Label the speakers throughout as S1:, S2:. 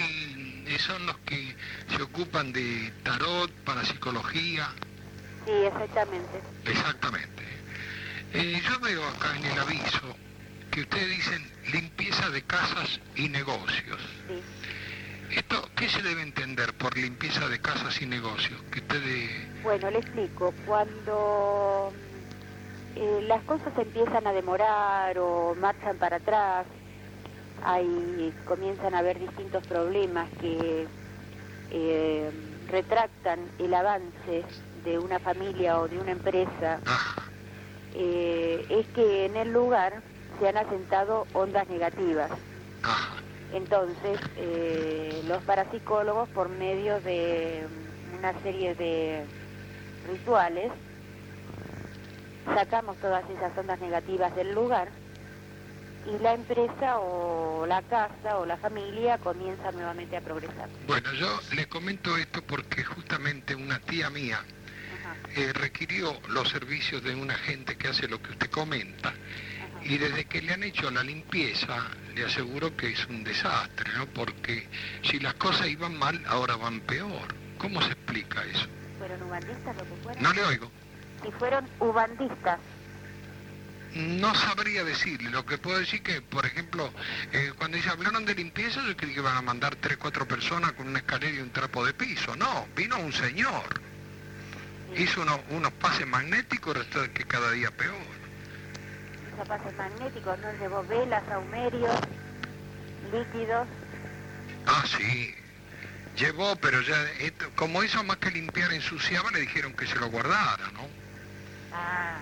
S1: el- eh, son los que se ocupan de tarot, parapsicología,
S2: Sí, exactamente.
S1: exactamente. Eh, yo veo acá en el aviso que ustedes dicen limpieza de casas y negocios.
S2: Sí.
S1: Esto, ¿qué se debe entender por limpieza de casas y negocios? Que ustedes,
S2: Bueno, le explico. Cuando eh, las cosas empiezan a demorar o marchan para atrás, ahí comienzan a haber distintos problemas que eh, retractan el avance de una familia o de una empresa,
S1: ah,
S2: eh, es que en el lugar se han asentado ondas negativas.
S1: ah,
S2: Entonces, eh, los parapsicólogos, por medio de mm, una serie de rituales, sacamos todas esas ondas negativas del lugar y la empresa o la casa o la familia comienza nuevamente a progresar.
S1: bueno, yo le comento esto porque justamente una tía mía
S2: Ajá,
S1: eh, requirió los servicios de una gente que hace lo que usted comenta.
S2: ajá.
S1: Y desde que le han hecho la limpieza, le aseguro que es un desastre, ¿no? Porque si las cosas iban mal, ahora van peor. ¿Cómo se explica eso?
S2: ¿Fueron ubandistas lo que fueron?
S1: No le oigo.
S2: Si fueron ubandistas,
S1: No sabría decirle. Lo que puedo decir que, por ejemplo, eh, cuando dice hablaron de limpieza, yo creí que iban a mandar tres, cuatro personas con una escalera y un trapo de piso. No, vino un señor.
S2: sí,
S1: Hizo unos, unos pases magnéticos, resulta que cada día peor.
S2: hizo pases magnéticos, no llevó velas, saumerios, líquidos.
S1: Ah, sí. Llevó, pero ya, esto- como eso más que limpiar ensuciaba, le dijeron que se lo guardara, ¿no?
S2: Ah.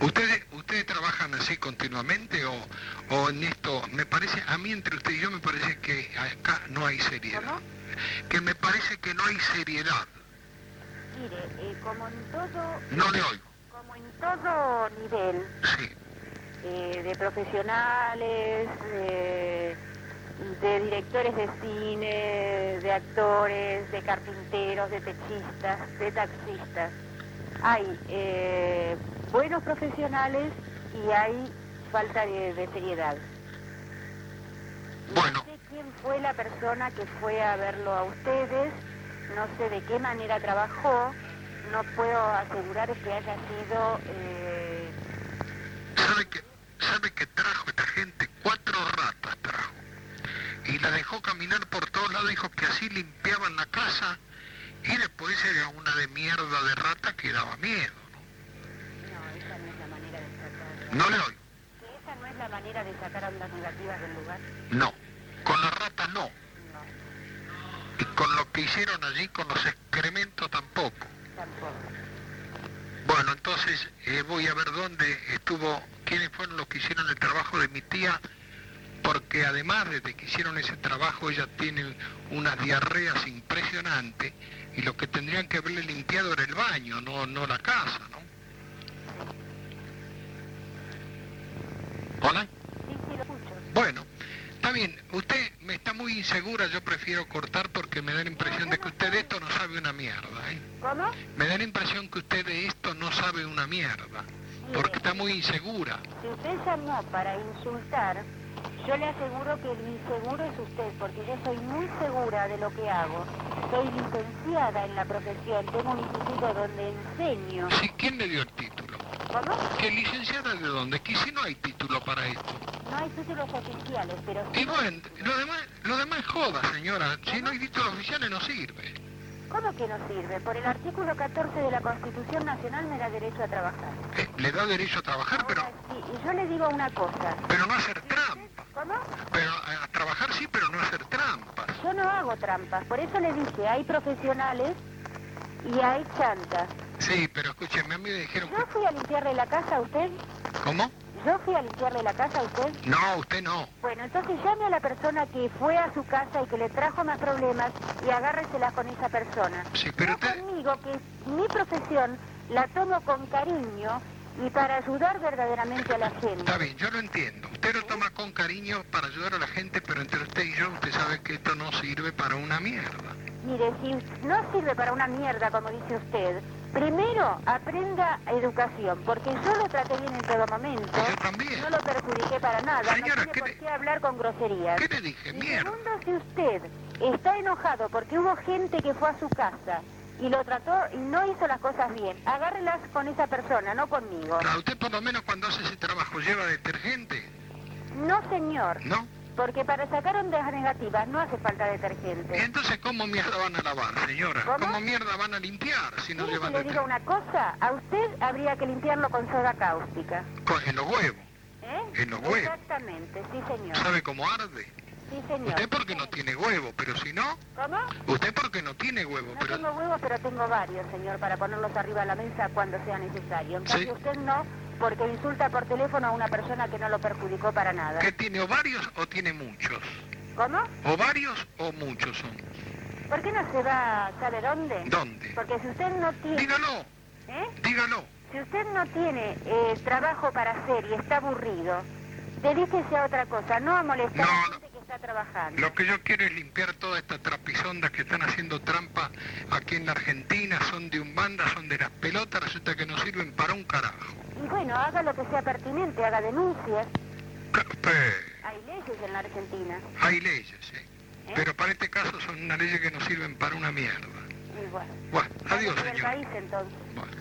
S1: ¿Ustedes, ustedes trabajan así continuamente o, o en esto? Me parece, a mí entre usted y yo me parece que acá no hay seriedad.
S2: ¿Cómo?
S1: Que me parece que no hay seriedad.
S2: Mire, eh, como en todo,
S1: No le oigo.
S2: como en todo nivel
S1: Sí,
S2: eh, de profesionales, eh, de directores de cine, de actores, de carpinteros, de techistas, de taxistas, hay eh, buenos profesionales y hay falta de, de seriedad.
S1: Bueno.
S2: No sé quién fue la persona que fue a verlo a ustedes, no sé de qué manera trabajó, no puedo asegurar que haya sido eh,
S1: ¿Sabe que, ¿Sabe que trajo esta gente? Cuatro ratas trajo. Y la dejó caminar por todos lados, dijo que así limpiaban la casa y después era una de mierda de rata que daba miedo.
S2: No, esa no es la manera de sacar.
S1: No le oigo.
S2: ¿Que esa no es la manera de sacar ondas negativas del lugar?
S1: No. Con las ratas no.
S2: No,
S1: Y con lo que hicieron allí, con los excrementos tampoco.
S2: tampoco.
S1: Bueno, entonces eh, voy a ver dónde estuvo, quiénes fueron los que hicieron el trabajo de mi tía, porque además desde que hicieron ese trabajo ella tiene unas diarreas impresionantes y lo que tendrían que haberle limpiado era el baño, no, no la casa, ¿no? Hola.
S2: Sí, sí, lo escucho.
S1: Bueno, está bien, usted me está muy insegura, yo prefiero cortar porque me da la impresión de que usted de esto no sabe una mierda, ¿eh?
S2: ¿Cómo?
S1: Me da la impresión que usted de esto no sabe una mierda, porque está muy insegura.
S2: Si usted llamó para insultar, yo le aseguro que el inseguro es usted, porque yo soy muy segura de lo que hago. Soy licenciada en la profesión, tengo un instituto donde enseño.
S1: Sí, ¿Quién le dio el título?
S2: ¿Cómo?
S1: ¿Qué licenciada de dónde? Que si no hay título para esto.
S2: No hay títulos oficiales, pero sí-
S1: Y bueno, lo demás, lo demás es joda, señora. Si no hay títulos oficiales no sirve.
S2: ¿Cómo que no sirve? Por el artículo 14 de la Constitución Nacional me da derecho a trabajar.
S1: Eh, le da derecho a trabajar, Ah, pero,
S2: Sí, y yo le digo una cosa.
S1: pero no hacer trampa.
S2: ¿Cómo?
S1: Pero a, a trabajar sí, pero no hacer trampas.
S2: Yo no hago trampas, por eso le dije, hay profesionales y hay chantas.
S1: Sí, pero escúcheme, a mí me dijeron
S2: Yo
S1: que...
S2: fui a limpiarle la casa a usted,
S1: ¿Cómo?
S2: yo fui a limpiarle la casa a usted.
S1: No, usted no.
S2: Bueno, entonces llame a la persona que fue a su casa y que le trajo más problemas y agárreselas con esa persona.
S1: Sí, pero
S2: No
S1: usted...
S2: conmigo, que mi profesión la tomo con cariño y para ayudar verdaderamente a la gente.
S1: Está bien, yo lo entiendo. Usted lo toma con cariño para ayudar a la gente, pero entre usted y yo, usted sabe que esto no sirve para una mierda.
S2: Mire, si no sirve para una mierda, como dice usted, Primero, aprenda educación, porque yo lo traté bien en todo momento.
S1: Yo también.
S2: No lo perjudiqué para nada.
S1: Señora,
S2: no
S1: ¿qué
S2: tiene por
S1: le-
S2: qué hablar con groserías.
S1: ¿Qué le dije?
S2: Y
S1: Mierda.
S2: segundo, si usted está enojado porque hubo gente que fue a su casa y lo trató y no hizo las cosas bien, agárrelas con esa persona, no conmigo.
S1: Ahora, usted por lo menos cuando hace ese trabajo lleva detergente,
S2: No, señor,
S1: ¿no?
S2: porque para sacar ondas negativas no hace falta
S1: Y
S2: detergente.
S1: entonces, ¿cómo mierda van a lavar, señora?
S2: ¿Cómo?
S1: mierda van a limpiar si no
S2: ¿Quiere que
S1: llevan
S2: le diga
S1: detergente?
S2: una cosa? A usted habría que limpiarlo con soda cáustica.
S1: Con- En los huevos.
S2: ¿Eh?
S1: En los huevos.
S2: Exactamente, sí, señor.
S1: ¿Sabe cómo arde?
S2: Sí, señor.
S1: Ah, Usted porque no tiene huevo, pero si no...
S2: ¿Cómo?
S1: Usted porque no tiene huevo,
S2: No
S1: pero...
S2: tengo huevos, pero tengo varios, señor, para ponerlos arriba de la mesa cuando sea necesario. En
S1: Sí.
S2: cambio, usted no, porque insulta por teléfono a una persona que no lo perjudicó para nada.
S1: ¿Qué tiene ovarios o tiene muchos?
S2: ¿Cómo?
S1: ¿Ovarios o muchos son?
S2: ¿Por qué no se va, sabe dónde?
S1: ¿Dónde?
S2: Porque si usted no tiene,
S1: Dígalo,
S2: ¿eh?
S1: dígalo.
S2: si usted no tiene eh, trabajo para hacer y está aburrido, dedíquese a otra cosa, no a molestar a
S1: No,
S2: la gente que está trabajando.
S1: Lo que yo quiero es limpiar toda esta trapizonda que están haciendo trampa aquí en la Argentina, son de un banda, son de las pelotas, resulta que no sirven para un carajo.
S2: Y bueno, haga lo que sea pertinente, haga denuncias.
S1: Capé.
S2: Hay leyes en la Argentina.
S1: Hay leyes, ¿eh?
S2: ¿eh?
S1: pero para este caso son unas leyes que no sirven para una mierda.
S2: Y bueno,
S1: Bueno, adiós,
S2: sale del
S1: señor.
S2: país entonces.
S1: Bueno.